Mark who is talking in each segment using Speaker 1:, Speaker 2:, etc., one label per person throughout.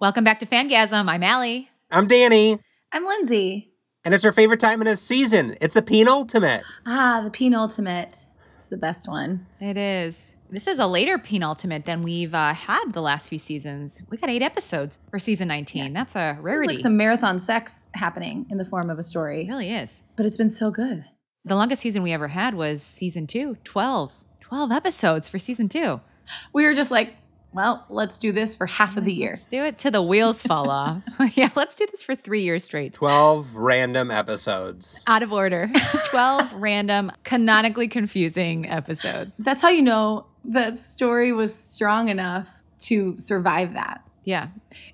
Speaker 1: Welcome back to Fangasm. I'm Allie.
Speaker 2: I'm Danny,
Speaker 3: I'm Lindsay.
Speaker 2: and it's our favorite time in the season. It's the penultimate.
Speaker 3: Ah, the penultimate. It's the best one.
Speaker 1: It is. This is a later penultimate than we've uh, had the last few seasons. We got eight episodes for season 19. That's a
Speaker 3: There's
Speaker 1: rarity.
Speaker 3: like some marathon sex happening in the form of a
Speaker 1: it
Speaker 3: story,
Speaker 1: really is.
Speaker 3: but it's been so good.
Speaker 1: The longest season we ever had was season two, 12. 12 episodes for season two.
Speaker 3: We were just like, well, let's do this for half of the year.
Speaker 1: Let's do it till the wheels fall off. yeah, let's do this for three years straight.
Speaker 2: 12 random episodes.
Speaker 1: out of order 12 random canonically confusing episodes
Speaker 3: That's how you know that story was strong enough to survive that.
Speaker 1: yeah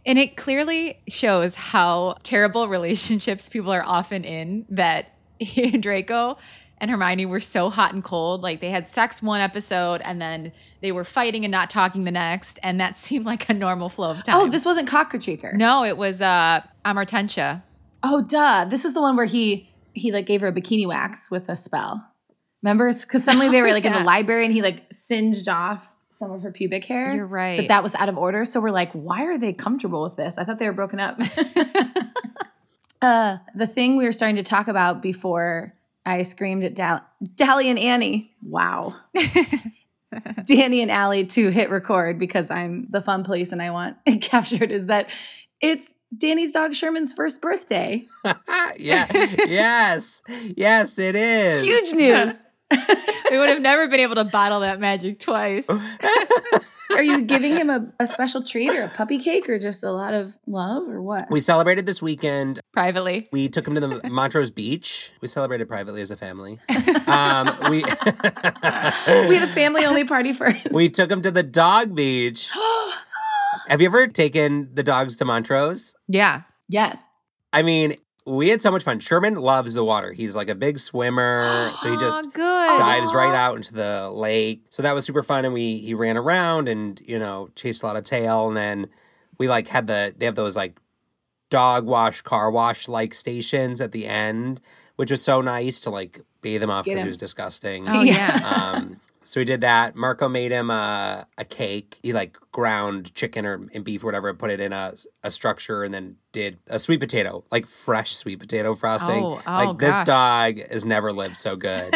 Speaker 1: and it clearly shows how terrible relationships people are often in that draco and hermione were so hot and cold like they had sex one episode and then they were fighting and not talking the next and that seemed like a normal flow of time
Speaker 3: Oh, this wasn't Cockatricker.
Speaker 1: no it was uh amartentia
Speaker 3: Oh, duh. This is the one where he he like gave her a bikini wax with a spell. Remember? Because suddenly they were like in
Speaker 1: yeah.
Speaker 3: the library and he like singed off some of her pubic hair.
Speaker 1: You're right.
Speaker 3: But that was out of order. So we're like, why are they comfortable with this? I thought they were broken up. uh, the thing we were starting to talk about before I screamed at Dal- Dally and Annie. Wow. Danny and Allie to hit record because I'm the fun police and I want it captured is that it's Danny's dog Sherman's first birthday.
Speaker 2: Ah, yeah. yes. Yes, it is.
Speaker 3: Huge news.
Speaker 1: we would have never been able to bottle that magic twice
Speaker 3: Are you giving him a, a special treat or a puppy cake or just a lot of love or what?
Speaker 2: We celebrated this weekend.
Speaker 1: privately
Speaker 2: We took him to the Montrose Beach. We celebrated privately as a family. Um, we
Speaker 3: We had a family only party first.
Speaker 2: we took him to the dog beach. Have you ever taken the dogs to Montrose?
Speaker 1: yeah
Speaker 3: yes.
Speaker 2: I mean, we had so much fun. Sherman loves the water. He's like a big swimmer, so he just
Speaker 1: Aw, good
Speaker 2: dives right out into the lake. So that was super fun, and we he ran around and you know chased a lot of tail, and then we like had the they have those like dog wash, car wash like stations at the end, which was so nice to like bathe him off
Speaker 3: Get
Speaker 2: because
Speaker 3: him.
Speaker 2: he was disgusting.
Speaker 1: oh yeah
Speaker 2: um, so we did that. Marco made him a, a cake. He like ground chicken or and beef or whatever, put it in a, a structure, and then did a sweet potato, like fresh sweet potato frosting.
Speaker 1: Oh, oh,
Speaker 2: like this
Speaker 1: gosh.
Speaker 2: dog has never lived so good.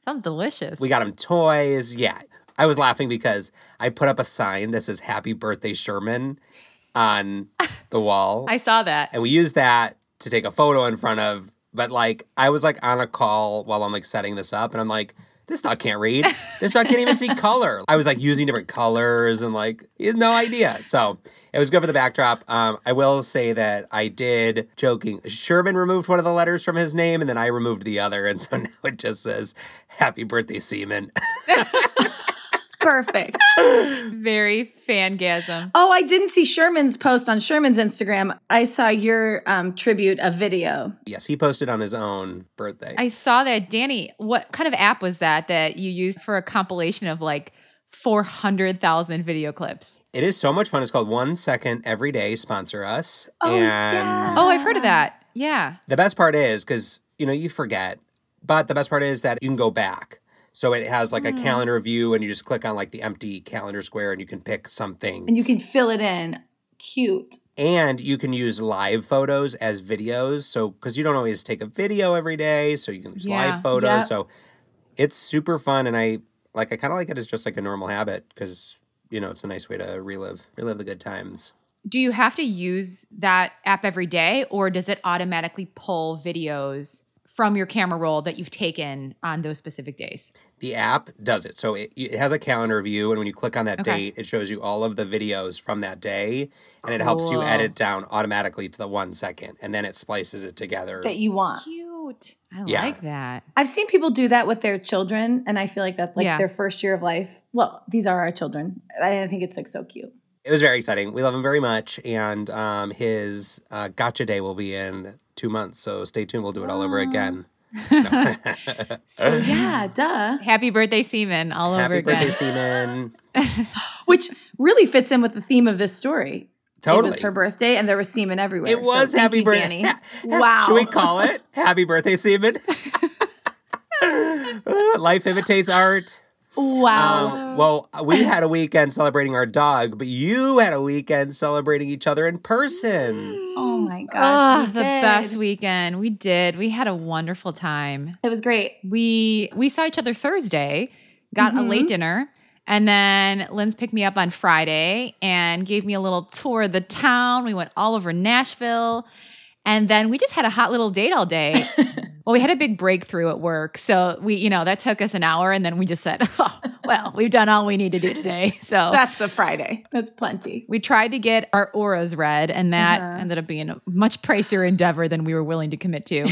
Speaker 1: Sounds delicious.
Speaker 2: we got him toys. Yeah, I was laughing because I put up a sign that says "Happy Birthday Sherman" on the wall,
Speaker 1: I saw that.
Speaker 2: and we used that to take a photo in front of. But like, I was like on a call while I'm like setting this up, and I'm like, this dog can't read. This dog can't even see color. I was like using different colors and like, he has no idea. So it was good for the backdrop. Um, I will say that I did joking. Sherman removed one of the letters from his name, and then I removed the other, and so now it just says "Happy Birthday, Seaman."
Speaker 3: Perfect.
Speaker 1: Very fangasm.
Speaker 3: Oh, I didn't see Sherman's post on Sherman's Instagram. I saw your um, tribute of video.
Speaker 2: yes, he posted on his own birthday.
Speaker 1: I saw that. Danny, what kind of app was that that you used for a compilation of like 400,000 video clips?
Speaker 2: it is so much fun. It's called One Second Every Day. Sponsor us.
Speaker 3: Oh,
Speaker 2: and
Speaker 3: yeah.
Speaker 1: Oh, I've heard of that. Yeah.
Speaker 2: The best part is because you know you forget, but the best part is that you can go back. So it has like a calendar view, and you just click on like the empty calendar square, and you can pick something,
Speaker 3: And you can fill it in. Cute.
Speaker 2: and you can use live photos as videos. So because you don't always take a video every day, so you can use
Speaker 1: Yeah.
Speaker 2: live photos.
Speaker 3: Yep.
Speaker 2: So it's super fun, and I like I kind of like it as just like a normal habit because you know it's a nice way to relive relive the good times.
Speaker 1: Do you have to use that app every day or does it automatically pull videos from your camera roll that you've taken on those specific days?
Speaker 2: The app does it. So it, it has a calendar view, and when you click on that
Speaker 1: Okay.
Speaker 2: date, it shows you all of the videos from that day, and it helps you
Speaker 1: Cool.
Speaker 2: edit down automatically to the one second, and then it splices it together.
Speaker 3: That you want.
Speaker 1: Cute. out. I
Speaker 2: Yeah.
Speaker 1: like that.
Speaker 3: I've seen people do that with their children, and I feel like that's like
Speaker 1: Yeah.
Speaker 3: their first year of life. Well, these are our children. I I think it's like so cute.
Speaker 2: It was very exciting. We love him very much. And um, his uh, gotcha day will be in two months. So stay tuned. We'll do it all over again. No.
Speaker 1: So,
Speaker 3: Yeah, duh.
Speaker 1: Happy birthday, Seaman, all over
Speaker 2: Happy
Speaker 1: again.
Speaker 2: birthday, Seaman.
Speaker 3: Which really fits in with the theme of this story. It
Speaker 2: Totally.
Speaker 3: was her birthday, and there was semen everywhere.
Speaker 2: It was
Speaker 3: thank
Speaker 2: happy
Speaker 3: you,
Speaker 2: birthday.
Speaker 3: Danny. wow.
Speaker 2: Should we call it Happy Birthday, Seaman? Life imitates art.
Speaker 3: wow.
Speaker 1: Oh.
Speaker 2: Um, well, we had a weekend celebrating our dog, but you had a weekend celebrating each other in
Speaker 1: Mm.
Speaker 2: person.
Speaker 3: oh my gosh.
Speaker 1: Oh,
Speaker 3: we
Speaker 1: the
Speaker 3: did.
Speaker 1: best weekend. We did. We had a wonderful time.
Speaker 3: It was great.
Speaker 1: We we saw each other Thursday, got a late dinner, and then Lynn's picked me up on Friday and gave me a little tour of the town. We went all over Nashville. And then we just had a hot little date all day. well, we had a big breakthrough at work. So we, you know, that took us an hour and then we just said, oh, well, we've done all we need to do today. So
Speaker 3: That's a Friday. That's plenty.
Speaker 1: we tried to get our auras read, and that
Speaker 3: Uh-huh.
Speaker 1: ended up being a much pricier endeavor than we were willing to commit to.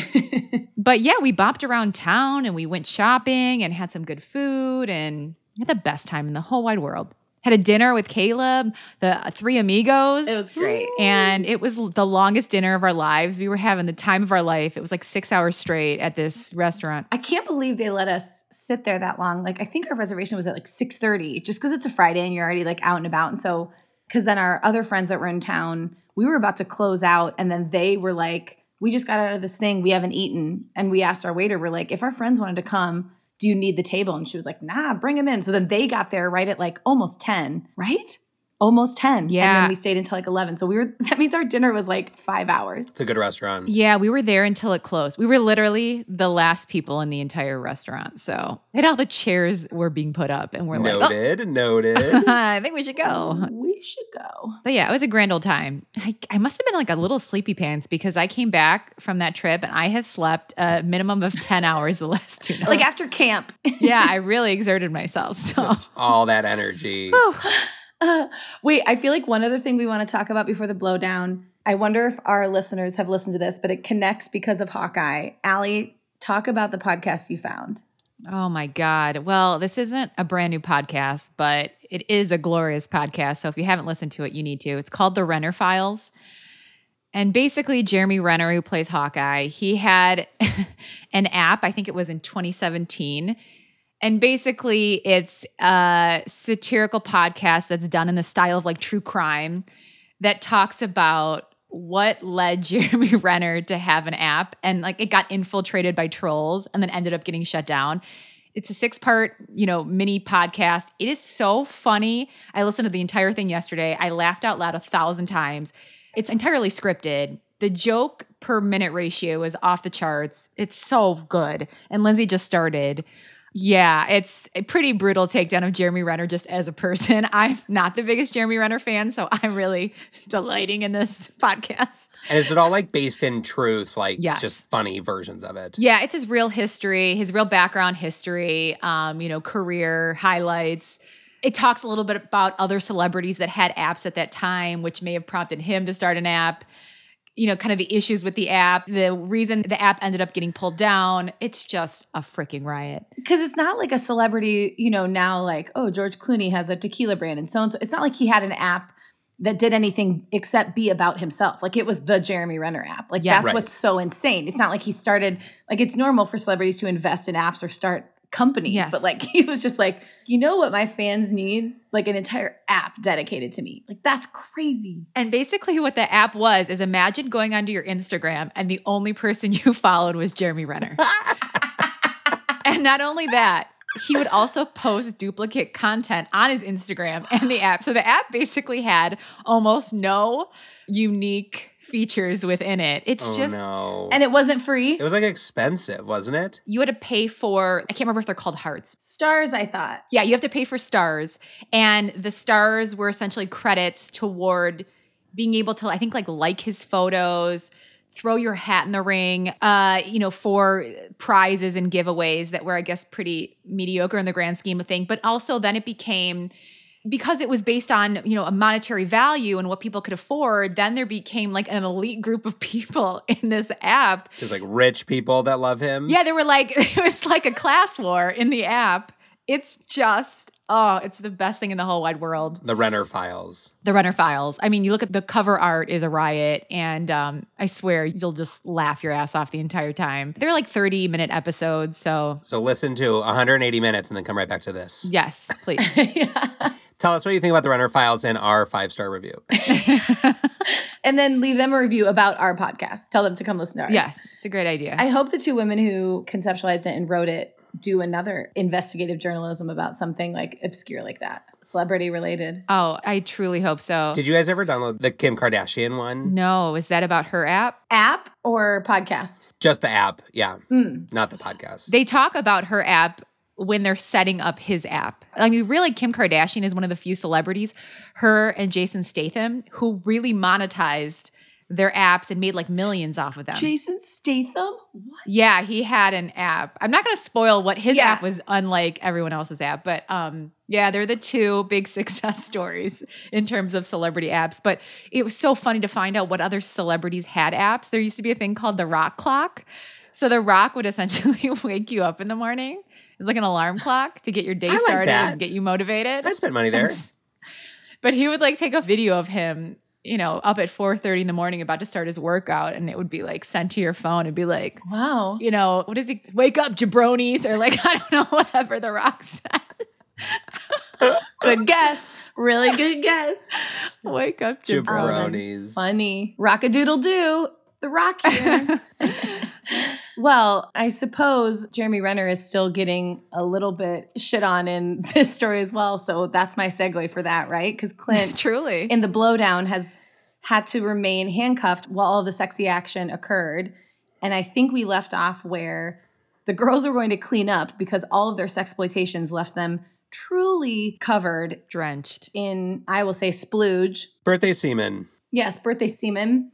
Speaker 1: but yeah, we bopped around town and we went shopping and had some good food and had the best time in the whole wide world. Had a dinner with Caleb, the uh, three amigos.
Speaker 3: It was great.
Speaker 1: and it was l- the longest dinner of our lives. We were having the time of our life. It was like six hours straight at this restaurant.
Speaker 3: I can't believe they let us sit there that long. Like I think our reservation was at like 6:30 just cuz it's a Friday and you're already like out and about and so cuz then our other friends that were in town, we were about to close out and then they were like we just got out of this thing, we haven't eaten and we asked our waiter we're like if our friends wanted to come, do you need the table? And she was like, "Nah, bring them in." So then they got there right at like almost 10, right? Almost 10. And
Speaker 1: Yeah.
Speaker 3: then we stayed until like 11. So we were that means our dinner was like 5 hours.
Speaker 2: It's a good restaurant.
Speaker 1: Yeah, we were there until it closed. We were literally the last people in the entire restaurant. So, and all the chairs were being put up, and we're like,
Speaker 2: Noted, noted.
Speaker 1: "Oh, I think we should go.
Speaker 3: We should go.
Speaker 1: But yeah, it was a grand old time. I, I must have been like a little sleepy pants because I came back from that trip and I have slept a minimum of 10 hours the last two nights.
Speaker 3: Like after camp.
Speaker 1: yeah, I really exerted myself. So,
Speaker 2: All that energy.
Speaker 3: Uh, wait, I feel like one other thing we want to talk about before the blowdown. I wonder if our listeners have listened to this, but it connects because of Hawkeye. Allie, talk about the podcast you found.
Speaker 1: oh my God. Well, this isn't a brand new podcast, but it is a glorious podcast. So, if you haven't listened to it, you need to. It's called The Renner Files. And basically, Jeremy Renner, who plays Hawkeye, he had an app, I think it was in 2017. And basically, it's a satirical podcast that's done in the style of like true crime that talks about what led Jeremy Renner to have an app. And like it got infiltrated by trolls and then ended up getting shut down. It's a six part, you know, mini podcast. It is so funny. I listened to the entire thing yesterday. I laughed out loud a thousand times. It's entirely scripted. The joke per minute ratio is off the charts. It's so good. And Lindsay just started. Yeah, it's a pretty brutal takedown of Jeremy Renner just as a person. I'm not the biggest Jeremy Renner fan, so I'm really delighting in this podcast.
Speaker 2: And is it all like based in truth? Like
Speaker 1: Yes.
Speaker 2: just funny versions of it.
Speaker 1: Yeah, it's his real history, his real background history, um, you know, career highlights. It talks a little bit about other celebrities that had apps at that time, which may have prompted him to start an app. You know, kind of the issues with the app, the reason the app ended up getting pulled down. It's just a freaking riot.
Speaker 3: Because it's not like a celebrity, you know, now like, oh, George Clooney has a tequila brand and so and so. It's not like he had an app that did anything except be about himself. Like it was the Jeremy Renner app. Like
Speaker 1: Yeah.
Speaker 3: that's
Speaker 2: Right.
Speaker 3: what's so insane. It's not like he started, like it's normal for celebrities to invest in apps or start companies,
Speaker 1: Yes.
Speaker 3: but like he was just like, you know what my fans need? Like an entire app dedicated to me. Like that's crazy.
Speaker 1: And basically, what the app was is imagine going onto your Instagram and the only person you followed was Jeremy Renner. and not only that, he would also post duplicate content on his Instagram and the app. So the app basically had almost no unique features within it. It's
Speaker 2: Oh
Speaker 1: just.
Speaker 2: no.
Speaker 3: And it wasn't free.
Speaker 2: it was like expensive, wasn't it?
Speaker 1: You had to pay for, I can't remember if they're called hearts,
Speaker 3: Stars, I thought.
Speaker 1: yeah, you have to pay for stars. And the stars were essentially credits toward being able to, I think, like like his photos, throw your hat in the ring, uh, you know, for prizes and giveaways that were, I guess, pretty mediocre in the grand scheme of thing. But also then it became because it was based on you know a monetary value and what people could afford then there became like an elite group of people in this app
Speaker 2: Just like rich people that love him.
Speaker 1: yeah they were like it was like a class war in the app it's just oh it's the best thing in the whole wide world
Speaker 2: The Renner files.
Speaker 1: the runner files i mean you look at the cover art is a riot and um, i swear you'll just laugh your ass off the entire time they're like 30 minute episodes so
Speaker 2: So listen to 180 minutes and then come right back to this.
Speaker 1: yes please
Speaker 2: Tell us what you think about the Renner files in our five star review.
Speaker 1: Oh.
Speaker 3: and then leave them a review about our podcast. Tell them to come listen to ours.
Speaker 1: yes it's a great idea
Speaker 3: I hope the two women who conceptualized it and wrote it do another investigative journalism about something like obscure like that, celebrity related.
Speaker 1: oh i truly hope so
Speaker 2: Did you guys ever download the Kim Kardashian one?
Speaker 1: no is that about her app
Speaker 3: App or podcast? Hmm.
Speaker 2: Just the app. Yeah. Not the podcast.
Speaker 1: they talk about her app when they're setting up his app. I mean, really, Kim Kardashian is one of the few celebrities, her and Jason Statham, who really monetized their apps and made like millions off of them.
Speaker 3: Jason Statham? What?
Speaker 1: yeah, he had an app. I'm not going to spoil what his
Speaker 3: Yeah.
Speaker 1: app was unlike everyone else's app, but um yeah, they're the two big success stories in terms of celebrity apps, but it was so funny to find out what other celebrities had apps. There used to be a thing called the rock clock. So the rock would essentially wake you up in the morning. It was like an alarm clock to get your day
Speaker 2: I like
Speaker 1: started
Speaker 2: that.
Speaker 1: and get you motivated.
Speaker 2: I spent money there.
Speaker 1: But he would like take a video of him, you know, up at 4:30 in the morning about to start his workout and it would be like sent to your phone and be like
Speaker 3: Wow.
Speaker 1: you know, what is he? Wake up, jabronis, or like, I don't know, whatever The Rock says.
Speaker 3: Good guess. Really good guess.
Speaker 1: Wake up, jabronis.
Speaker 2: Jabronis.
Speaker 3: Oh, Funny. Rockadoodle doo. The rock here. well, I suppose Jeremy Renner is still getting a little bit shit on in this story as well. So that's my segue for that, right? Because Clint
Speaker 1: Truly.
Speaker 3: in the blowdown has had to remain handcuffed while all the sexy action occurred. And I think we left off where the girls were going to clean up because all of their sexploitations left them truly covered
Speaker 1: drenched.
Speaker 3: in, I will say, splooge.
Speaker 2: Birthday semen.
Speaker 3: Yes, birthday semen.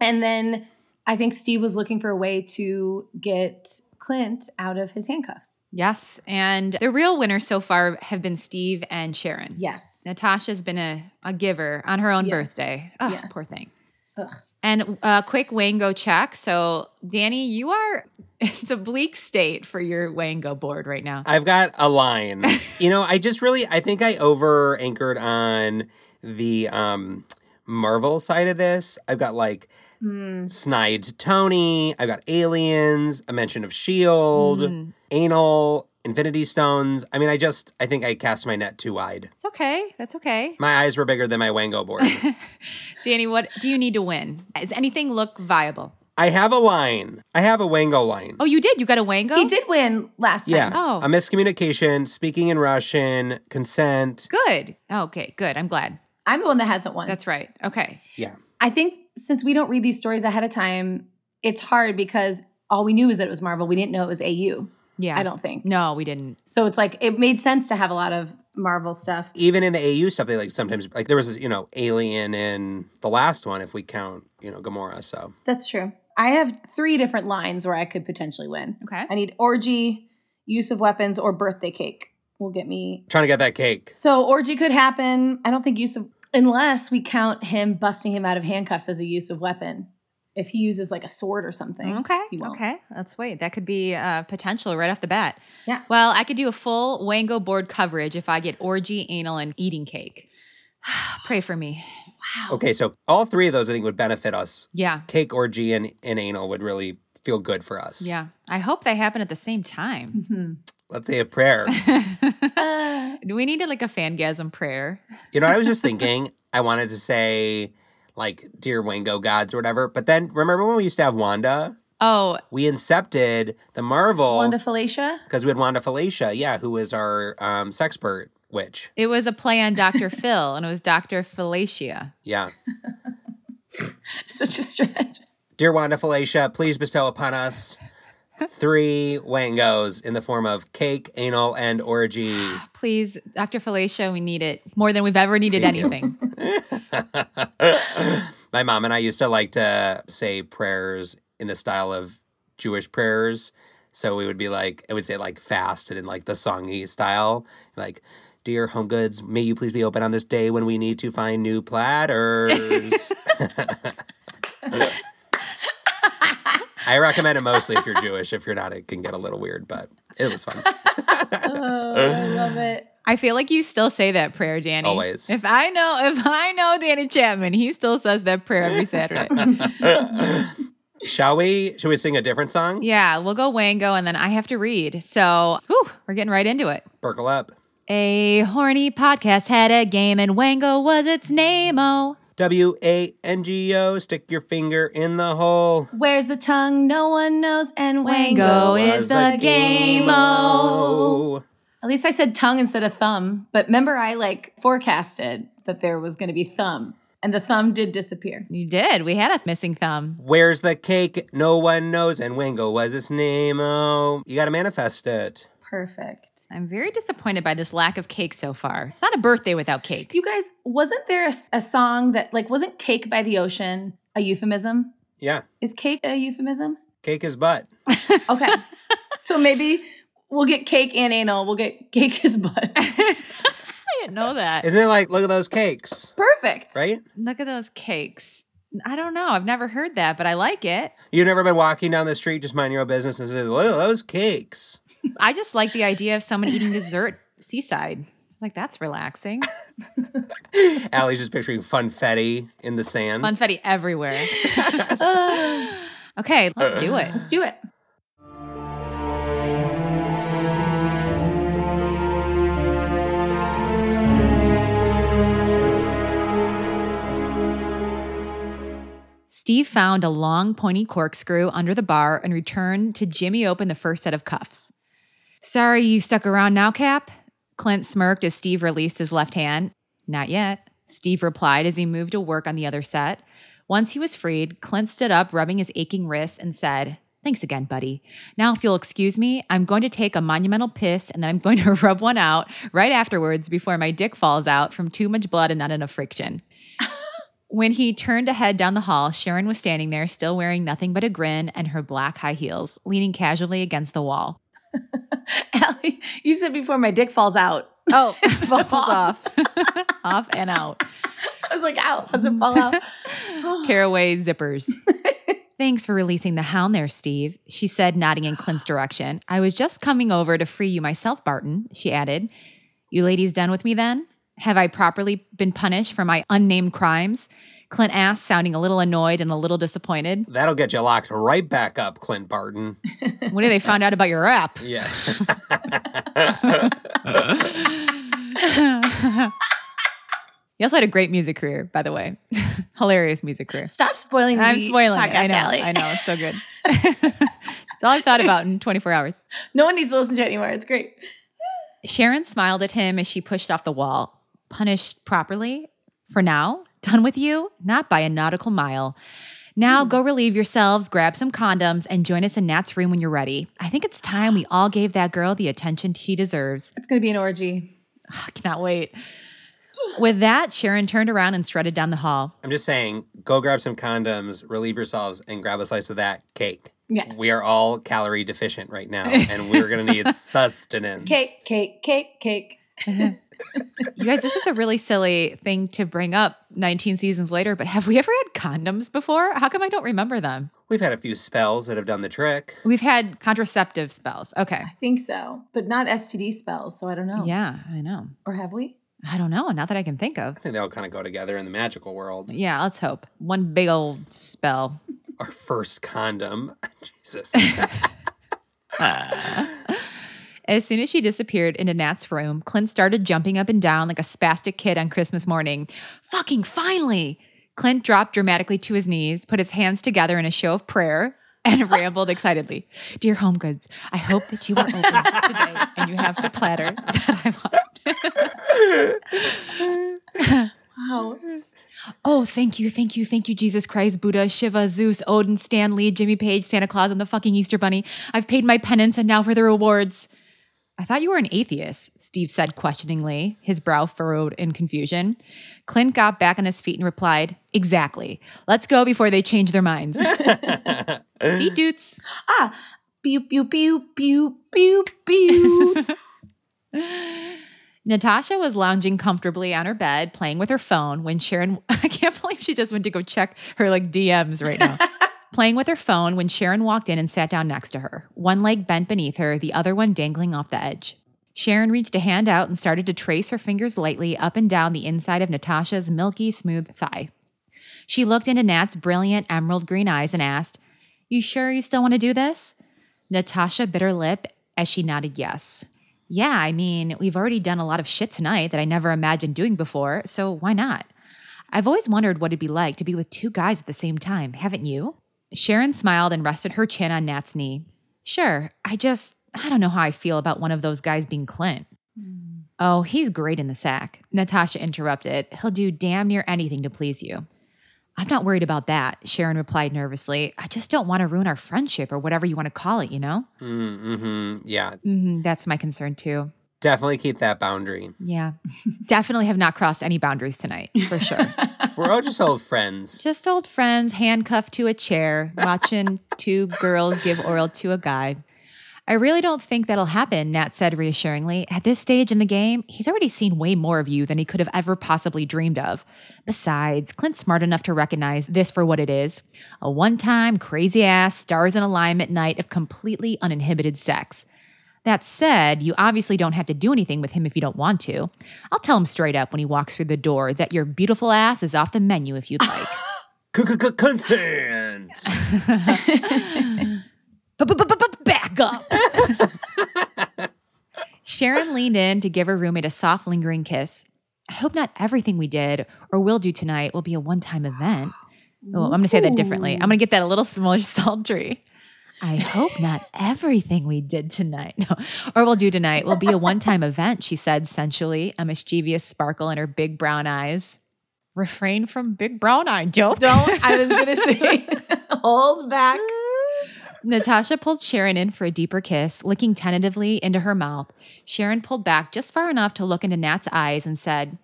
Speaker 3: And then I think Steve was looking for a way to get Clint out of his handcuffs.
Speaker 1: Yes. And the real winners so far have been Steve and Sharon.
Speaker 3: Yes.
Speaker 1: Natasha's been a, a giver on her own
Speaker 3: Yes.
Speaker 1: birthday. Oh,
Speaker 3: Yes.
Speaker 1: poor thing.
Speaker 3: Ugh.
Speaker 1: And a quick Wango check. So, Danny, you are, it's a bleak state for your Wango board right now.
Speaker 2: I've got a line. you know, I just really I think I over anchored on the um Marvel side of this. I've got like
Speaker 1: Hmm.
Speaker 2: Snide Tony, I've got aliens, a mention of Shield, E
Speaker 1: Hmm.
Speaker 2: anal, Infinity Stones. I mean, I just I think I cast my net too wide.
Speaker 1: It's okay. That's okay.
Speaker 2: My eyes were bigger than my Wango board.
Speaker 1: Danny, what do you need to win? Does anything look viable?
Speaker 2: I have a line. I have a Wango line.
Speaker 1: Oh, you did. You got a Wango?
Speaker 3: He did win last time.
Speaker 2: Yeah.
Speaker 1: Oh.
Speaker 2: A miscommunication, speaking in Russian, consent.
Speaker 1: Good. Oh, Okay, good. I'm glad.
Speaker 3: I'm the one that hasn't won.
Speaker 1: That's right. Okay.
Speaker 2: Yeah.
Speaker 3: I think since we don't read these stories ahead of time, it's hard because all we knew is that it was Marvel. We didn't know it was AU,
Speaker 1: Yeah.
Speaker 3: I don't think.
Speaker 1: No, we didn't.
Speaker 3: So it's like it made sense to have a lot of Marvel stuff.
Speaker 2: even in the AU stuff, they like sometimes like there was you know Alien in the last one if we count you know Gamora. So
Speaker 3: That's true. I have three different lines where I could potentially win.
Speaker 1: Okay.
Speaker 3: I need orgy, use of weapons, or birthday cake will get me.
Speaker 2: trying to get that cake.
Speaker 3: So orgy could happen. I don't think use of unless we count him busting him out of handcuffs as a use of weapon. If he uses like a sword or something.
Speaker 1: Okay.
Speaker 3: he won't.
Speaker 1: Okay. Let's wait. That could be uh, potential right off the bat.
Speaker 3: Yeah.
Speaker 1: Well, I could do a full Wango board coverage if I get orgy, anal, and eating cake. Pray for me.
Speaker 2: Okay, so all three of those I think would benefit us.
Speaker 1: Yeah.
Speaker 2: Cake, orgy, and, and anal would really feel good for us.
Speaker 1: Yeah. I hope they happen at the same time.
Speaker 2: Let's say a prayer.
Speaker 3: Mm-hmm.
Speaker 1: Do we need like a fangasm prayer?
Speaker 2: you know, I was just thinking I wanted to say like dear Wango gods or whatever, but then remember when we used to have Wanda?
Speaker 1: Oh,
Speaker 2: We incepted the Marvel
Speaker 3: Wanda Felicia?
Speaker 2: because we had Wanda Felicia, yeah, who was our um, sexpert witch.
Speaker 1: it was a play on Dr. Phil, and it was Dr. Fellacia.
Speaker 2: Yeah.
Speaker 3: Such a stretch.
Speaker 2: Dear Wanda Falacia, please bestow upon us three wangos in the form of cake, anal, and orgy.
Speaker 1: Please, Dr. Fellacia, we need it more than we've ever needed
Speaker 2: Thank you.
Speaker 1: anything.
Speaker 2: My mom and I used to like to say prayers in the style of Jewish prayers. So we would be like, I would say like fast and in like the songy style, like, Dear Home Goods, may you please be open on this day when we need to find new platters. I recommend it mostly if you're Jewish. If you're not, it can get a little weird, but it was fun.
Speaker 3: Oh, I love it.
Speaker 1: I feel like you still say that prayer, Danny.
Speaker 2: Always.
Speaker 1: If I know, if I know Danny Chapman, he still says that prayer every Saturday.
Speaker 2: Shall we? Should we sing a different song?
Speaker 1: yeah, we'll go Wango, and then I have to read. So, whew, we're getting right into it.
Speaker 2: Burkle up.
Speaker 1: A horny podcast had a game, and Wango was its name. Oh,
Speaker 2: W A N G O. Stick your finger in the hole.
Speaker 3: Where's the tongue? No one knows. And
Speaker 1: Wango
Speaker 3: Wango
Speaker 1: is
Speaker 3: is
Speaker 1: the
Speaker 3: the
Speaker 1: game. Oh.
Speaker 2: Oh,
Speaker 3: At least I said tongue instead of thumb. But remember, I like forecasted that there was going to be thumb, and the thumb did disappear.
Speaker 1: You did. We had a missing thumb.
Speaker 2: where's the cake? No one knows. And Wingo was its name. Oh, you got to manifest it.
Speaker 3: Perfect.
Speaker 1: I'm very disappointed by this lack of cake so far. It's not a birthday without cake.
Speaker 3: You guys, wasn't there a, s- a song that like wasn't "Cake by the Ocean" a euphemism?
Speaker 2: Yeah,
Speaker 3: Is cake a euphemism?
Speaker 2: cake is butt.
Speaker 3: Okay, so maybe we'll get cake and anal. We'll get cake is butt.
Speaker 1: I didn't know that.
Speaker 2: Isn't it like look at those cakes,
Speaker 3: Perfect.
Speaker 2: right?
Speaker 1: Look at those cakes. I don't know. I've never heard that, but I like it.
Speaker 2: You've never been walking down the street, just mind your own business, and says, "Look at those cakes."
Speaker 1: I just like the idea of someone eating dessert seaside. Like that's relaxing.
Speaker 2: Allie's just picturing funfetti in the sand.
Speaker 1: Funfetti everywhere. okay, let's do it.
Speaker 3: Let's do it.
Speaker 1: Steve found a long, pointy corkscrew under the bar and returned to Jimmy open the first set of cuffs. Sorry you stuck around now, Cap? Clint smirked as Steve released his left hand. Not yet, Steve replied as he moved to work on the other set. Once he was freed, Clint stood up, rubbing his aching wrists, and said, Thanks again, buddy. Now, if you'll excuse me, I'm going to take a monumental piss and then I'm going to rub one out right afterwards before my dick falls out from too much blood and not enough friction. When he turned to head down the hall, Sharon was standing there, still wearing nothing but a grin and her black high heels, leaning casually against the wall.
Speaker 3: Allie, you said before my dick falls out.
Speaker 1: Oh, it falls off. off and out.
Speaker 3: I was like, ow, how's it fall out?
Speaker 1: Tearaway zippers. Thanks for releasing the hound there, Steve, she said, nodding in Clint's direction. I was just coming over to free you myself, Barton, she added. You ladies done with me then? Have I properly been punished for my unnamed crimes? Clint asked, sounding a little annoyed and a little disappointed.
Speaker 2: That'll get you locked right back up, Clint Barton.
Speaker 1: What do they found out about your rap?
Speaker 2: Yeah.
Speaker 1: He also had a great music career, by the way. Hilarious music career.
Speaker 3: Stop spoiling
Speaker 1: I'm
Speaker 3: the
Speaker 1: spoiling it.
Speaker 3: podcast,
Speaker 1: I know.
Speaker 3: Allie.
Speaker 1: I know. It's so good. it's all I thought about in 24 hours.
Speaker 3: No one needs to listen to it anymore. It's great.
Speaker 1: Sharon smiled at him as she pushed off the wall. Punished properly for now. Done with you? Not by a nautical mile. Now go relieve yourselves, grab some condoms, and join us in Nat's room when you're ready. I think it's time we all gave that girl the attention she deserves.
Speaker 3: It's going to be an orgy.
Speaker 1: I cannot wait. With that, Sharon turned around and strutted down the hall.
Speaker 2: I'm just saying, go grab some condoms, relieve yourselves, and grab a slice of that cake.
Speaker 3: Yes.
Speaker 2: We are all calorie deficient right now, and we're going to need sustenance.
Speaker 3: Cake, cake, cake, cake.
Speaker 1: You guys, this is a really silly thing to bring up 19 seasons later, but have we ever had condoms before? How come I don't remember them?
Speaker 2: We've had a few spells that have done the trick.
Speaker 1: We've had contraceptive spells. Okay.
Speaker 3: I think so, but not STD spells. So I don't know.
Speaker 1: Yeah, I know.
Speaker 3: Or have we?
Speaker 1: I don't know. Not that I can think of.
Speaker 2: I think they all kind of go together in the magical world.
Speaker 1: Yeah, let's hope. One big old spell.
Speaker 2: Our first condom. Jesus. Mm,
Speaker 1: As soon as she disappeared into Nat's room, Clint started jumping up and down like a spastic kid on Christmas morning. Fucking finally! Clint dropped dramatically to his knees, put his hands together in a show of prayer, and rambled excitedly. Dear Home Goods, I hope that you are open today and you have the platter that I want.
Speaker 3: Wow.
Speaker 1: Oh, thank you, thank you, thank you, Jesus Christ, Buddha, Shiva, Zeus, Odin, Stan Lee, Jimmy Page, Santa Claus, and the fucking Easter Bunny. I've paid my penance and now for the rewards. I thought you were an atheist, Steve said questioningly, his brow furrowed in confusion. Clint got back on his feet and replied, Exactly. Let's go before they change their minds. Dee doots.
Speaker 3: Ah, Pew, pew, pew, pew, pew, pew.
Speaker 1: Natasha was lounging comfortably on her bed playing with her phone when Sharon I can't believe she just went to go check her like DMs right now. playing with her phone when Sharon walked in and sat down next to her, one leg bent beneath her, the other one dangling off the edge. Sharon reached a hand out and started to trace her fingers lightly up and down the inside of Natasha's milky smooth thigh. She looked into Nat's brilliant emerald green eyes and asked, You sure you still want to do this? Natasha bit her lip as she nodded yes. Yeah, I mean, we've already done a lot of shit tonight that I never imagined doing before, so why not? I've always wondered what it'd be like to be with two guys at the same time, haven't you? Sharon smiled and rested her chin on Nat's knee. Sure, I just, I don't know how I feel about one of those guys being Clint. Oh, he's great in the sack, Natasha interrupted. He'll do damn near anything to please you. I'm not worried about that, Sharon replied nervously. I just don't want to ruin our friendship or whatever you want to call it, you know?
Speaker 2: Mm-hmm. Yeah.
Speaker 1: Mm, that's my concern too.
Speaker 2: Definitely keep that boundary.
Speaker 1: Yeah. Definitely have not crossed any boundaries tonight, for sure.
Speaker 2: We're all just old friends.
Speaker 1: Just old friends handcuffed to a chair, watching two girls give oral to a guy. I really don't think that'll happen, Nat said reassuringly. At this stage in the game, he's already seen way more of you than he could have ever possibly dreamed of. Besides, Clint's smart enough to recognize this for what it is a one time, crazy ass, stars in alignment night of completely uninhibited sex. That said, you obviously don't have to do anything with him if you don't want to. I'll tell him straight up when he walks through the door that your beautiful ass is off the menu if you'd like.
Speaker 2: Consent.
Speaker 1: Back up. Sharon leaned in to give her roommate a soft, lingering kiss. I hope not everything we did or will do tonight will be a one time event. Oh, I'm going to say that differently. I'm going to get that a little more sultry. I hope not everything we did tonight, no, or will do tonight, will be a one time event, she said sensually, a mischievous sparkle in her big brown eyes. Refrain from big brown eye joke.
Speaker 3: Don't. I was going to say, hold back.
Speaker 1: Natasha pulled Sharon in for a deeper kiss, licking tentatively into her mouth. Sharon pulled back just far enough to look into Nat's eyes and said,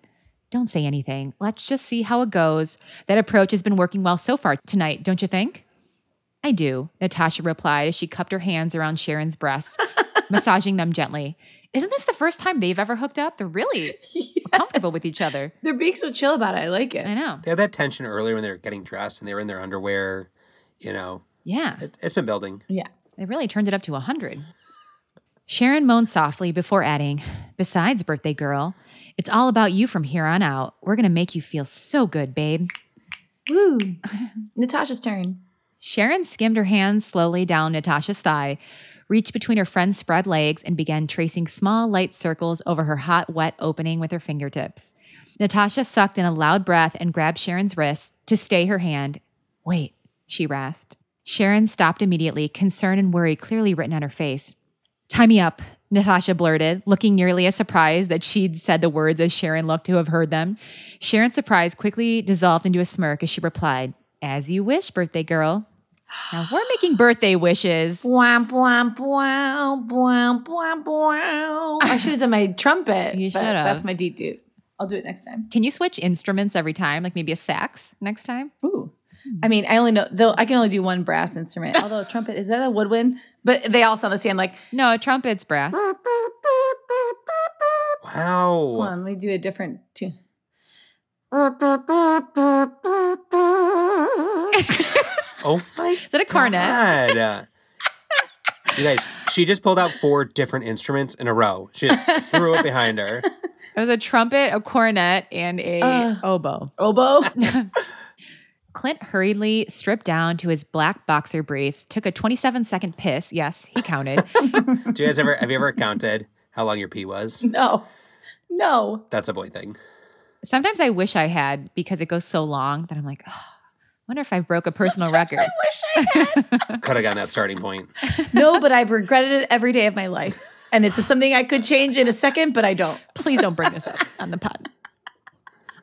Speaker 1: Don't say anything. Let's just see how it goes. That approach has been working well so far tonight, don't you think? I do, Natasha replied as she cupped her hands around Sharon's breasts, massaging them gently. Isn't this the first time they've ever hooked up? They're really comfortable with each other.
Speaker 3: They're being so chill about it. I like it.
Speaker 1: I know.
Speaker 2: They had that tension earlier when they were getting dressed and they were in their underwear. You know,
Speaker 1: Yeah.
Speaker 2: it, it's been building.
Speaker 3: Yeah.
Speaker 1: They really turned it up to 100. Sharon moaned softly before adding, Besides, birthday girl, it's all about you from here on out. We're going to make you feel so good, babe.
Speaker 3: Woo. Natasha's turn.
Speaker 1: Sharon skimmed her hands slowly down Natasha's thigh, reached between her friend's spread legs, and began tracing small, light circles over her hot, wet opening with her fingertips. Natasha sucked in a loud breath and grabbed Sharon's wrist to stay her hand. Wait, she rasped. Sharon stopped immediately, concern and worry clearly written on her face. Tie me up, Natasha blurted, looking nearly as surprised that she'd said the words as Sharon looked to have heard them. Sharon's surprise quickly dissolved into a smirk as she replied, As you wish, birthday girl. Now Uh, we're making birthday wishes.
Speaker 3: Womp, womp, womp, womp, womp, womp. I should have done my trumpet.
Speaker 1: Oh. You
Speaker 3: but
Speaker 1: should've.
Speaker 3: That's my deep dude. I'll do it next time.
Speaker 1: Can you switch instruments every time? Like maybe a sax next time?
Speaker 3: Ooh. I mean, I only know though I can only do one brass instrument. Although a trumpet is that a woodwind? But they all sound the same. Like,
Speaker 1: No, a trumpet's brass.
Speaker 3: hold
Speaker 2: Wow.
Speaker 3: on, let me do a different tune.
Speaker 2: Oh my
Speaker 1: Is it a cornet?
Speaker 2: God. you guys, she just pulled out four different instruments in a row. She just threw it behind her.
Speaker 1: It was a trumpet, a cornet, and a
Speaker 3: Uh.
Speaker 1: oboe.
Speaker 3: Oboe.
Speaker 1: Clint hurriedly stripped down to his black boxer briefs, took a 27 second piss. Yes, he counted.
Speaker 2: Do you guys ever have you ever counted how long your pee was?
Speaker 3: No. No.
Speaker 2: That's a boy thing.
Speaker 1: Sometimes I wish I had because it goes so long that I'm like, oh, I wonder if I broke a personal
Speaker 3: Sometimes
Speaker 1: record.
Speaker 3: I wish I had.
Speaker 2: Could have gotten that starting point.
Speaker 3: no, but I've regretted it every day of my life. And it's something I could change in a second, but I don't.
Speaker 1: Please don't bring this up on the pod.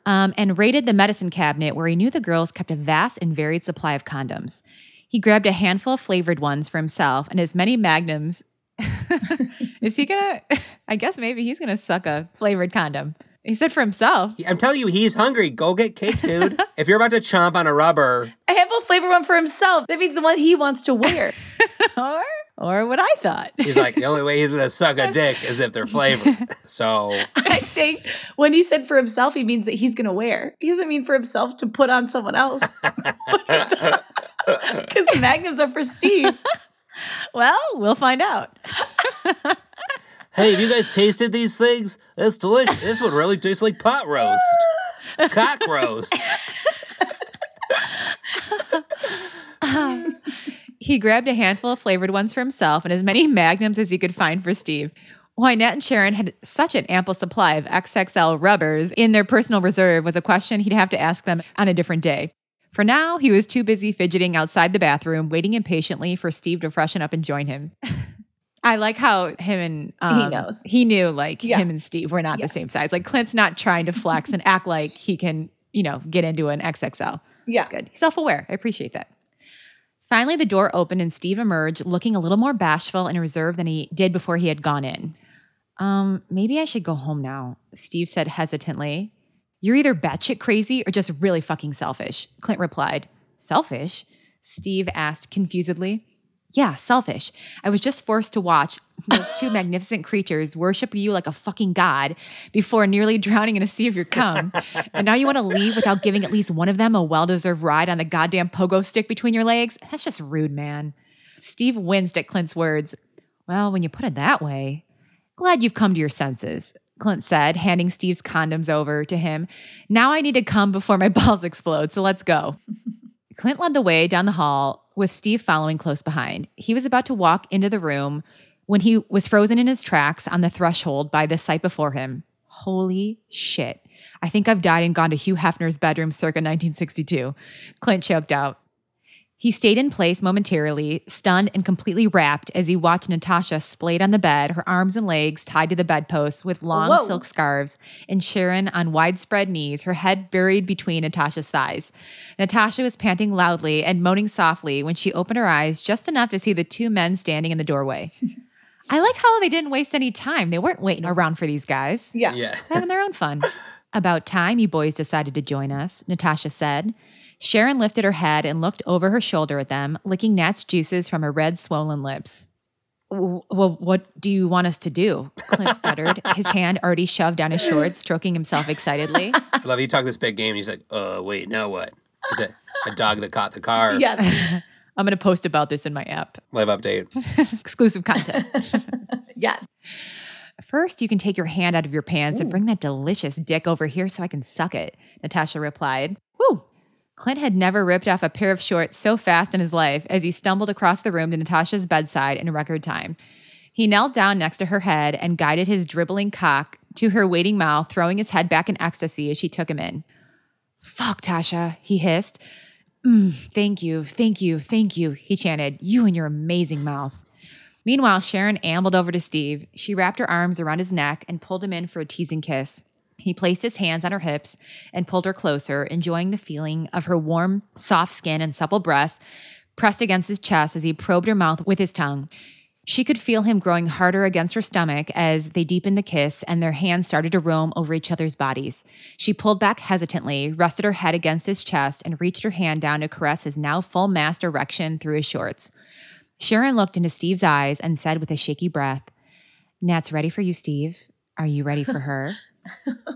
Speaker 1: Um, and raided the medicine cabinet where he knew the girls kept a vast and varied supply of condoms. He grabbed a handful of flavored ones for himself and as many magnums. Is he gonna? I guess maybe he's gonna suck a flavored condom. He said for himself.
Speaker 2: I'm telling you, he's hungry. Go get cake, dude. if you're about to chomp on a rubber,
Speaker 3: A handful flavor one for himself. That means the one he wants to wear.
Speaker 1: Or or what I thought.
Speaker 2: He's like, the only way he's gonna suck a dick is if they're flavored. So
Speaker 3: I think when he said for himself, he means that he's going to wear. He doesn't mean for himself to put on someone else. Because the magnums are for Steve.
Speaker 1: well, we'll find out.
Speaker 2: hey, have you guys tasted these things? That's delicious. This one really tastes like pot roast. Cock roast.
Speaker 1: He grabbed a handful of flavored ones for himself and as many magnums as he could find for Steve. Wynette and Sharon had such an ample supply of XXL rubbers in their personal reserve was a question he'd have to ask them on a different day. For now, he was too busy fidgeting outside the bathroom, waiting impatiently for Steve to freshen up and join him. I like how him and um,
Speaker 3: knows.
Speaker 1: he knew like
Speaker 3: Yeah.
Speaker 1: him and Steve were not
Speaker 3: Yes.
Speaker 1: the same size. Like Clint's not trying to flex and act like he can, you know, get into an XXL.
Speaker 3: Yeah.
Speaker 1: That's good. He's self aware. I appreciate that. Finally, the door opened and Steve emerged, looking a little more bashful and reserved than he did before he had gone in. Um, maybe I should go home now, Steve said hesitantly. You're either batshit crazy or just really fucking selfish, Clint replied. Selfish? Steve asked confusedly. Yeah, selfish. I was just forced to watch those two magnificent creatures worship you like a fucking god before nearly drowning in a sea of your cum. and now you want to leave without giving at least one of them a well deserved ride on the goddamn pogo stick between your legs? That's just rude, man. Steve winced at Clint's words. Well, when you put it that way, Glad you've come to your senses, Clint said, handing Steve's condoms over to him. Now I need to come before my balls explode, so let's go. Clint led the way down the hall with Steve following close behind. He was about to walk into the room when he was frozen in his tracks on the threshold by the sight before him. Holy shit. I think I've died and gone to Hugh Hefner's bedroom circa 1962. Clint choked out. He stayed in place momentarily, stunned and completely wrapped as he watched Natasha splayed on the bed, her arms and legs tied to the bedposts with long
Speaker 3: Whoa.
Speaker 1: silk scarves, and Sharon on widespread knees, her head buried between Natasha's thighs. Natasha was panting loudly and moaning softly when she opened her eyes just enough to see the two men standing in the doorway. I like how they didn't waste any time. They weren't waiting around for these guys
Speaker 3: Yeah.
Speaker 2: Yeah.
Speaker 1: having their own fun. About time you boys decided to join us, Natasha said. Sharon lifted her head and looked over her shoulder at them, licking Nat's juices from her red, swollen lips. "W- Well, what do you want us to do? Clint stuttered, his hand already shoved down his shorts, stroking himself excitedly.
Speaker 2: I love you talk this big game and he's like, uh wait, now what? It's a, a dog that caught the car.
Speaker 3: Yeah.
Speaker 1: I'm going to post about this in my app.
Speaker 2: Live update.
Speaker 1: Exclusive content.
Speaker 3: Yeah.
Speaker 1: First, you can take your hand out of your pants and bring that delicious dick over here so I can suck it, Natasha replied. Woo! Clint had never ripped off a pair of shorts so fast in his life as he stumbled across the room to Natasha's bedside in record time. He knelt down next to her head and guided his dribbling cock to her waiting mouth, throwing his head back in ecstasy as she took him in. Fuck, Tasha, he hissed. "Mm, thank you, thank you, thank you, he chanted. You and your amazing mouth. Meanwhile, Sharon ambled over to Steve. She wrapped her arms around his neck and pulled him in for a teasing kiss. He placed his hands on her hips and pulled her closer, enjoying the feeling of her warm, soft skin and supple breasts pressed against his chest as he probed her mouth with his tongue. She could feel him growing harder against her stomach as they deepened the kiss and their hands started to roam over each other's bodies. She pulled back hesitantly, rested her head against his chest, and reached her hand down to caress his now full mast erection through his shorts. Sharon looked into Steve's eyes and said with a shaky breath, Nat's ready for you, Steve. Are you ready for her?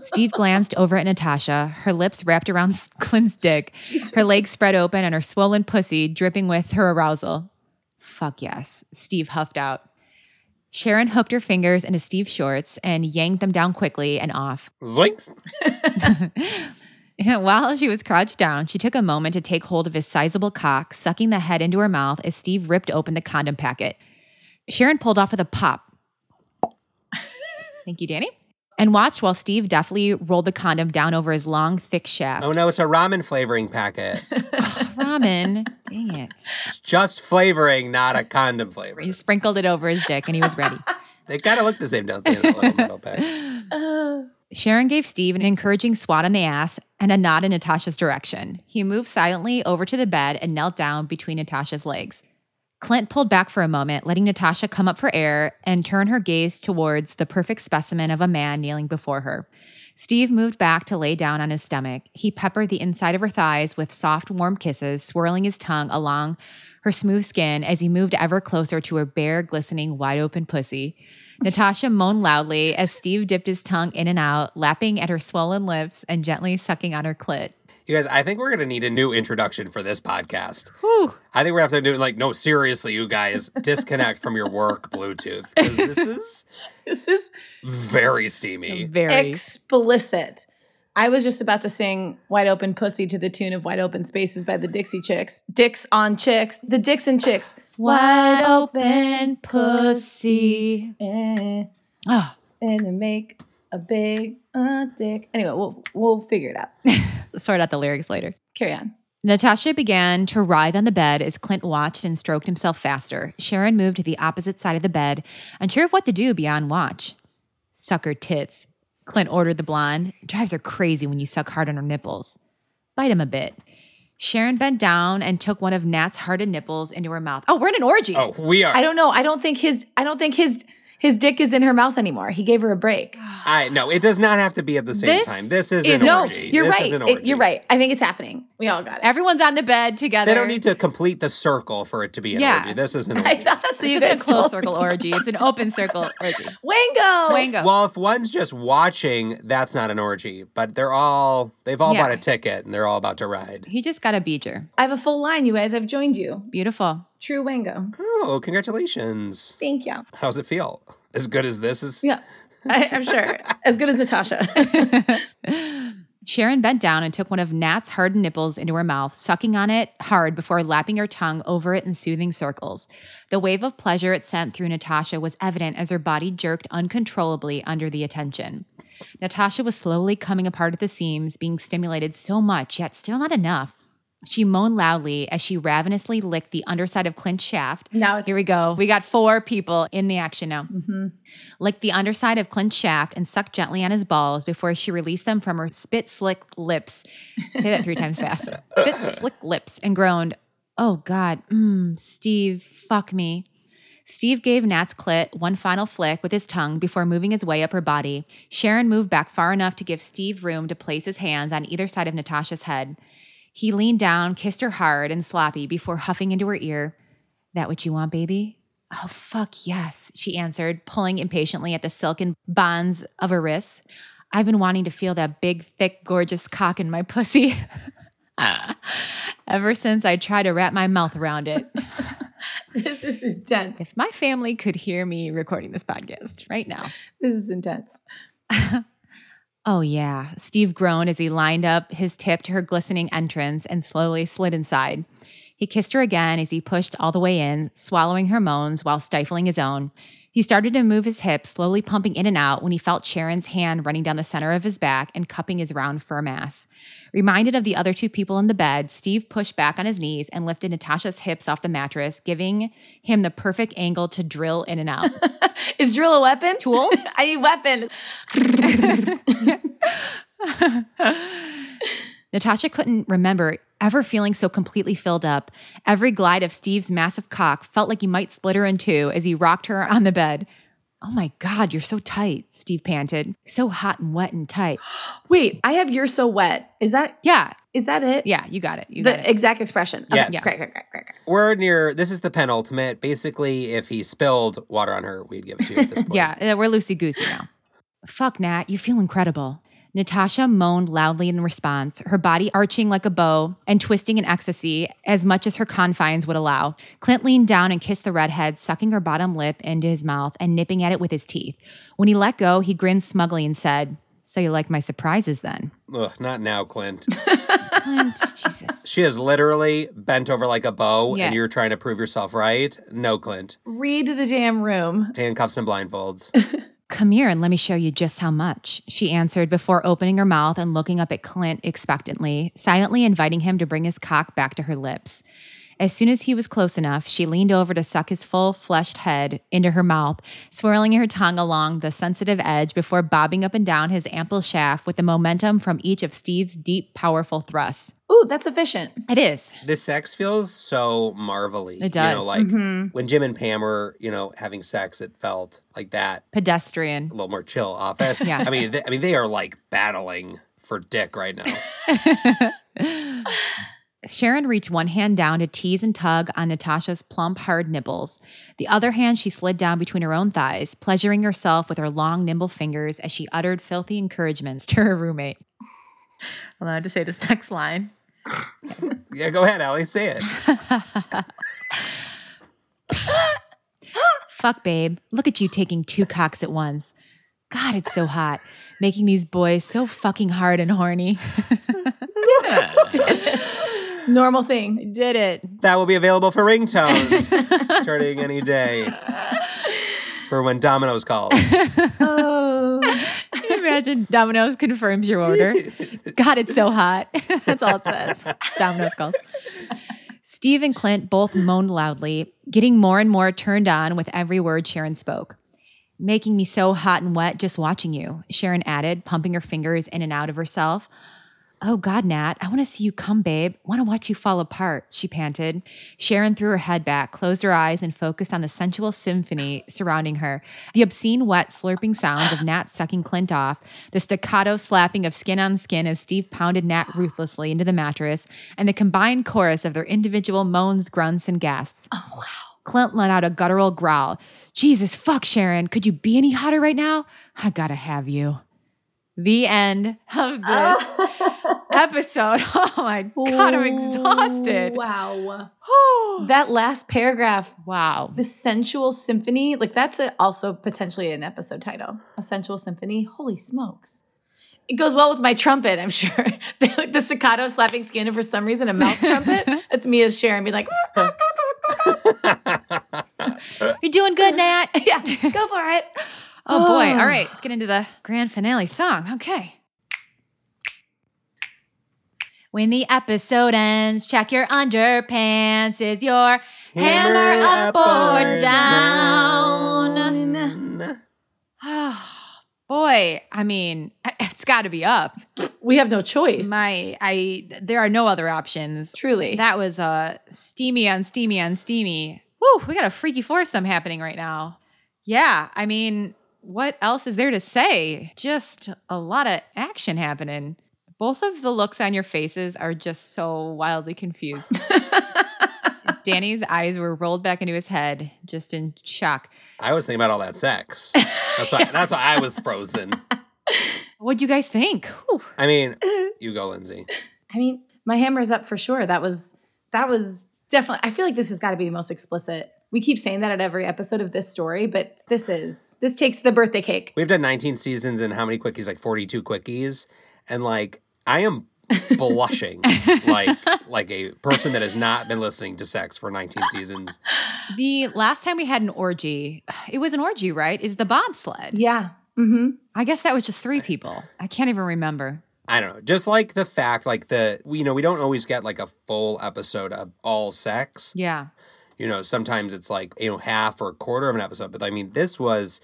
Speaker 1: Steve glanced over at Natasha, her lips wrapped around Clint's dick, her legs spread open, and her swollen pussy dripping with her arousal. Fuck yes, Steve huffed out. Sharon hooked her fingers into Steve's shorts and yanked them down quickly and off.
Speaker 2: Zoinks.
Speaker 1: While she was crouched down, she took a moment to take hold of his sizable cock, sucking the head into her mouth as Steve ripped open the condom packet. Sharon pulled off with a pop. Thank you, Danny. And watched while Steve deftly rolled the condom down over his long, thick shaft.
Speaker 2: Oh no, it's a ramen flavoring packet.
Speaker 1: Ramen. Dang it.
Speaker 2: It's just flavoring, not a condom flavor.
Speaker 1: He sprinkled it over his dick and he was ready.
Speaker 2: They kind of look the same, don't they? in the little metal pack?
Speaker 3: Uh,
Speaker 1: Sharon gave Steve an encouraging swat on the ass and a nod in Natasha's direction. He moved silently over to the bed and knelt down between Natasha's legs. Clint pulled back for a moment, letting Natasha come up for air and turn her gaze towards the perfect specimen of a man kneeling before her. Steve moved back to lay down on his stomach. He peppered the inside of her thighs with soft, warm kisses, swirling his tongue along her smooth skin as he moved ever closer to her bare, glistening, wide open pussy. Natasha moaned loudly as Steve dipped his tongue in and out, lapping at her swollen lips and gently sucking on her clit.
Speaker 2: You guys, I think we're gonna need a new introduction for this podcast. I think we're gonna have to do like, no, seriously, you guys, disconnect from your work Bluetooth. Because this is
Speaker 3: This is
Speaker 2: very steamy.
Speaker 1: Very.
Speaker 3: explicit. I was just about to sing Wide Open Pussy to the tune of Wide Open Spaces by the Dixie Chicks. Dicks on Chicks, the Dicks and Chicks.
Speaker 1: Wide open pussy.
Speaker 3: Eh,
Speaker 1: Oh,
Speaker 3: and they make a big uh, dick. Anyway, we'll, we'll figure it out.
Speaker 1: sort out the lyrics later.
Speaker 3: Carry on.
Speaker 1: Natasha began to writhe on the bed as Clint watched and stroked himself faster. Sharon moved to the opposite side of the bed, unsure of what to do beyond watch. Sucker tits. Clint ordered the blonde. Drives her crazy when you suck hard on her nipples. Bite him a bit. Sharon bent down and took one of Nat's hardened nipples into her mouth. Oh, we're in an orgy.
Speaker 2: Oh, we are
Speaker 3: I don't know. I don't think his I don't think his his dick is in her mouth anymore. He gave her a break.
Speaker 2: I no, it does not have to be at the same
Speaker 1: This
Speaker 2: time. This is, an
Speaker 3: no,
Speaker 2: orgy.
Speaker 3: you're
Speaker 2: this
Speaker 3: right.
Speaker 2: is an
Speaker 3: It-
Speaker 2: orgy.
Speaker 3: you're right. I think it's happening. We all got it.
Speaker 1: Everyone's on the bed together.
Speaker 2: They don't need to complete the circle for it to be an
Speaker 1: Yeah.
Speaker 2: orgy. This is an
Speaker 3: I
Speaker 2: orgy.
Speaker 3: thought that's what
Speaker 1: This
Speaker 3: you
Speaker 1: is a
Speaker 3: guys
Speaker 1: closed
Speaker 3: told me.
Speaker 1: circle orgy. It's an open circle orgy.
Speaker 3: Wango.
Speaker 1: Wango.
Speaker 2: Well, if one's just watching, that's not an orgy. But they're all they've all
Speaker 1: Yeah.
Speaker 2: bought a ticket and they're all about to ride.
Speaker 1: he just got a beeger.
Speaker 3: I have a full line, you guys. I've joined you.
Speaker 1: Beautiful.
Speaker 3: True Wango.
Speaker 2: Oh, congratulations.
Speaker 3: Thank you.
Speaker 2: How's it feel? As good as this is
Speaker 3: Yeah, I, I'm sure. As good as Natasha.
Speaker 1: Sharon bent down and took one of Nat's hardened nipples into her mouth, sucking on it hard before lapping her tongue over it in soothing circles. The wave of pleasure it sent through Natasha was evident as her body jerked uncontrollably under the attention. Natasha was slowly coming apart at the seams, being stimulated so much, yet still not enough. She moaned loudly as she ravenously licked the underside of Clint's shaft.
Speaker 3: now it's
Speaker 1: Here we go. Mm-hmm. We got four people in the action now. Licked the underside of Clint's shaft and sucked gently on his balls before she released them from her spit slick lips. Say that three times fast. Spit slick lips and groaned, Oh God, mm, Steve, fuck me. Steve gave Nat's clit one final flick with his tongue before moving his way up her body. Sharon moved back far enough to give Steve room to place his hands on either side of Natasha's head. He leaned down, kissed her hard and sloppy before huffing into her ear, That what you want, baby? Oh, fuck yes, she answered, pulling impatiently at the silken bonds of her wrists. I've been wanting to feel that big, thick, gorgeous cock in my pussy. Ever since I tried to wrap my mouth around it.
Speaker 3: this is intense.
Speaker 1: If my family could hear me recording this podcast right now.
Speaker 3: This is intense.
Speaker 1: Oh, yeah. Steve groaned as he lined up his tip to her glistening entrance and slowly slid inside. He kissed her again as he pushed all the way in, swallowing her moans while stifling his own. He started to move his hips, slowly pumping in and out when he felt Sharon's hand running down the center of his back and cupping his round fur mass. Reminded of the other two people in the bed, Steve pushed back on his knees and lifted Natasha's hips off the mattress, giving him the perfect angle to drill in and out.
Speaker 3: Is drill a weapon?
Speaker 1: Tools?
Speaker 3: I need weapon.
Speaker 1: Natasha couldn't remember ever feeling so completely filled up. Every glide of Steve's massive cock felt like he might split her in two as he rocked her on the bed. Oh my God, you're so tight, Steve panted. So hot and wet and tight.
Speaker 3: Wait, I have you're so wet. Is that
Speaker 1: Yeah,
Speaker 3: is that it?
Speaker 1: yeah, you got it. You got
Speaker 3: The
Speaker 1: it.
Speaker 3: exact expression. Okay,
Speaker 2: Yes.
Speaker 3: Great, great, great, great, great.
Speaker 2: we're near this is the penultimate. Basically, if he spilled water on her, we'd give it to you at this point.
Speaker 1: Yeah, uh, we're loosey goosey now. Fuck, Nat, you feel incredible. Natasha moaned loudly in response, her body arching like a bow and twisting in ecstasy as much as her confines would allow. Clint leaned down and kissed the redhead, sucking her bottom lip into his mouth and nipping at it with his teeth. When he let go, he grinned smugly and said, So you like my surprises then?
Speaker 2: Ugh, not now, Clint.
Speaker 1: Clint, Jesus.
Speaker 2: She is literally bent over like a bow,
Speaker 1: Yeah.
Speaker 2: and you're trying to prove yourself right. No, Clint.
Speaker 3: Read the damn room.
Speaker 2: Handcuffs and blindfolds.
Speaker 1: Come here and let me show you just how much, she answered before opening her mouth and looking up at Clint expectantly, silently inviting him to bring his cock back to her lips. As soon as he was close enough, she leaned over to suck his full fleshed head into her mouth, swirling her tongue along the sensitive edge before bobbing up and down his ample shaft with the momentum from each of Steve's deep, powerful thrusts.
Speaker 3: Ooh, that's efficient.
Speaker 1: It is.
Speaker 2: the sex feels so marvelly.
Speaker 1: It
Speaker 2: You know,
Speaker 1: does.
Speaker 2: like when Jim and Pam were, you know, having sex, it felt like that.
Speaker 1: Pedestrian.
Speaker 2: A little more chill office.
Speaker 1: Yeah.
Speaker 2: I mean, th- I mean, they are like battling for dick right now.
Speaker 1: Sharon reached one hand down to tease and tug on Natasha's plump, hard nipples. The other hand she slid down between her own thighs, pleasuring herself with her long, nimble fingers as she uttered filthy encouragements to her roommate. Allowed to say this next line.
Speaker 2: Yeah, go ahead, Allie. Say it.
Speaker 1: Fuck, babe. Look at you taking two cocks at once. God, it's so hot, making these boys so fucking hard and horny.
Speaker 3: Normal thing.
Speaker 1: Did it.
Speaker 2: That will be available for ringtones starting any day for when Domino's calls.
Speaker 3: Oh.
Speaker 1: Can you imagine Domino's confirms your order? God, it's so hot. That's all it says. Domino's calls. Steve and Clint both moaned loudly, getting more and more turned on with every word Sharon spoke. Making me so hot and wet just watching you, Sharon added, pumping her fingers in and out of herself. Oh, God, Nat, I want to see you come, babe. Want to watch you fall apart, she panted. Sharon threw her head back, closed her eyes, and focused on the sensual symphony surrounding her. The obscene, wet, slurping sounds of Nat sucking Clint off, the staccato slapping of skin on skin as Steve pounded Nat ruthlessly into the mattress, and the combined chorus of their individual moans, grunts, and gasps. Oh, wow. Clint let out a guttural growl. Jesus, fuck, Sharon. Could you be any hotter right now? I gotta have you. The end of this episode. Oh my God, I'm exhausted.
Speaker 3: Wow.
Speaker 1: Whew.
Speaker 3: That last paragraph,
Speaker 1: Wow.
Speaker 3: the sensual symphony, like that's a, also potentially an episode title. A sensual symphony. Holy smokes. It goes well with my trumpet, I'm sure. like the staccato slapping skin, and for some reason, a mouth trumpet. That's me as Sharon being like,
Speaker 1: You're doing good, Nat.
Speaker 3: yeah, go for it. Ah.
Speaker 1: Oh boy. All right, let's get into the grand finale song. Okay. When the episode ends, check your underpants. Is your hammer, up, or down? Oh, boy. I mean, it's got to be up.
Speaker 3: We have no choice.
Speaker 1: My, I, there are no other options.
Speaker 3: Truly.
Speaker 1: That was uh, steamy on steamy on steamy. Woo, we got a freaky foursome happening right now. Yeah, I mean, what else is there to say? Just a lot of action happening. Both of the looks on your faces are just so wildly confused. Danny's eyes were rolled back into his head, just in shock.
Speaker 2: I was thinking about all that sex. That's why. That's why I was frozen.
Speaker 1: What'd you guys think? Whew.
Speaker 2: I mean, you go, Lindsay.
Speaker 3: I mean, my hammer is up for sure. That was that was definitely. I feel like this has got to be the most explicit. We keep saying that at every episode of this story, but this is this takes the birthday cake.
Speaker 2: We've done 19 seasons and how many quickies? Like 42 quickies, and like I am blushing like like a person that has not been listening to sex for 19 seasons.
Speaker 1: The last time we had an orgy, it was an orgy, right? Is the bobsled.
Speaker 3: Yeah. Mm-hmm.
Speaker 1: I guess that was just three people. I can't even remember.
Speaker 2: I don't know. Just like the fact, like the we- you know, we don't always get like a full episode of all sex.
Speaker 1: Yeah.
Speaker 2: You know, sometimes it's like you know half or a quarter of an episode. But I mean, this was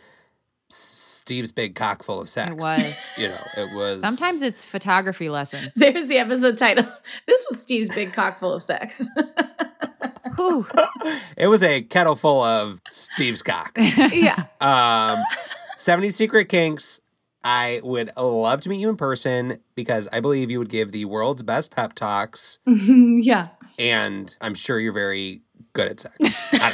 Speaker 2: Steve's big cock full of sex.
Speaker 1: It was.
Speaker 2: You know, it was
Speaker 1: Sometimes it's photography lessons.
Speaker 3: There's the episode title. This was Steve's big cock full of sex.
Speaker 1: Whew.
Speaker 2: it was a kettle full of Steve's cock.
Speaker 3: yeah.
Speaker 2: Um, 70 Secret Kinks. I would love to meet you in person because I believe you would give the world's best pep talks,
Speaker 3: yeah.
Speaker 2: and I'm sure you're very good at sex. I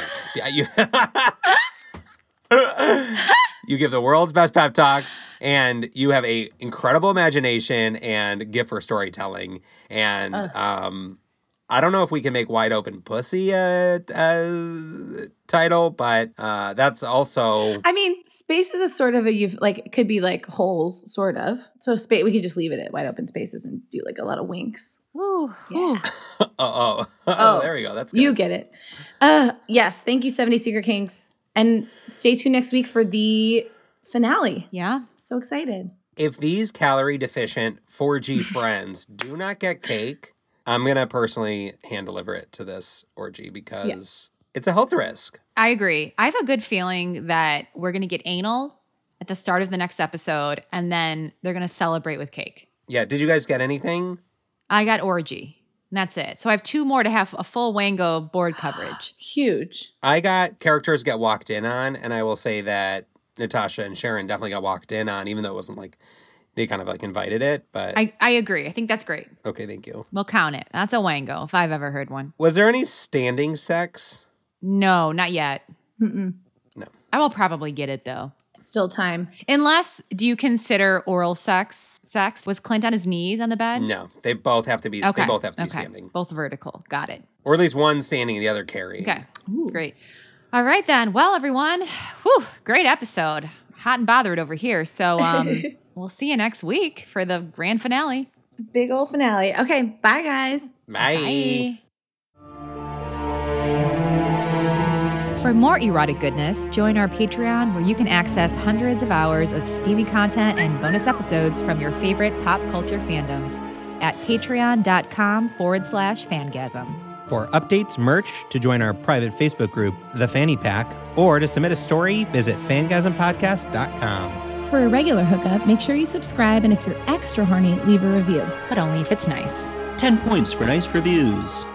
Speaker 2: don't know. Yeah, you. You give the world's best pep talks, and you have a incredible imagination and gift for storytelling. And um, I don't know if we can make wide open pussy a, a title, but uh, that's also
Speaker 3: I mean, space is a sort of a you've like it could be like holes, sort of. So space we could just leave it at wide open spaces and do like a lot of winks.
Speaker 1: Whew.
Speaker 3: Yeah.
Speaker 2: Oh, oh, oh,
Speaker 3: Oh.
Speaker 2: there we go. That's good.
Speaker 3: You get it. Uh, yes. Thank you, 70 Secret Kinks. And stay tuned next week for the finale.
Speaker 1: Yeah.
Speaker 3: So excited.
Speaker 2: if these calorie deficient 4G friends do not get cake, I'm going to personally hand deliver it to this orgy because it's a health risk.
Speaker 1: I agree. I have a good feeling that we're going to get anal at the start of the next episode, and then they're going to celebrate with cake.
Speaker 2: Yeah. Did you guys get anything?
Speaker 1: I got orgy. And that's it. So I have two more to have a full Wango board coverage.
Speaker 3: Huge.
Speaker 2: I got characters get walked in on, and I will say that Natasha and Sharon definitely got walked in on, even though it wasn't like they kind of like invited it, but
Speaker 1: I, I agree. I think that's great.
Speaker 2: okay, thank you.
Speaker 1: We'll count it. That's a wango if I've ever heard one.
Speaker 2: Was there any standing sex?
Speaker 1: No, not yet.
Speaker 3: Mm-mm.
Speaker 1: I will probably get it though.
Speaker 3: Still time.
Speaker 1: Unless, do you consider oral sex sex? Was Clint on his knees on the bed?
Speaker 2: No, they both have to be. They both have to be standing,
Speaker 1: Both vertical. Got it.
Speaker 2: or at least one standing and the other carrying.
Speaker 1: Okay. Great. All right then. Well, everyone, whew, great episode. Hot and bothered over here. So um, we'll see you next week for the grand finale.
Speaker 3: Big old finale. Okay, bye guys.
Speaker 2: Bye.
Speaker 1: Bye. For more erotic goodness, join our Patreon where you can access hundreds of hours of steamy content and bonus episodes from your favorite pop culture fandoms at patreon.com forward slash fangasm.
Speaker 4: For updates, merch, to join our private Facebook group, The Fanny Pack, or to submit a story, visit fangasmpodcast.com.
Speaker 5: For a regular hookup, make sure you subscribe and if you're extra horny, leave a review.
Speaker 1: But only if it's nice.
Speaker 4: 10 points for nice reviews.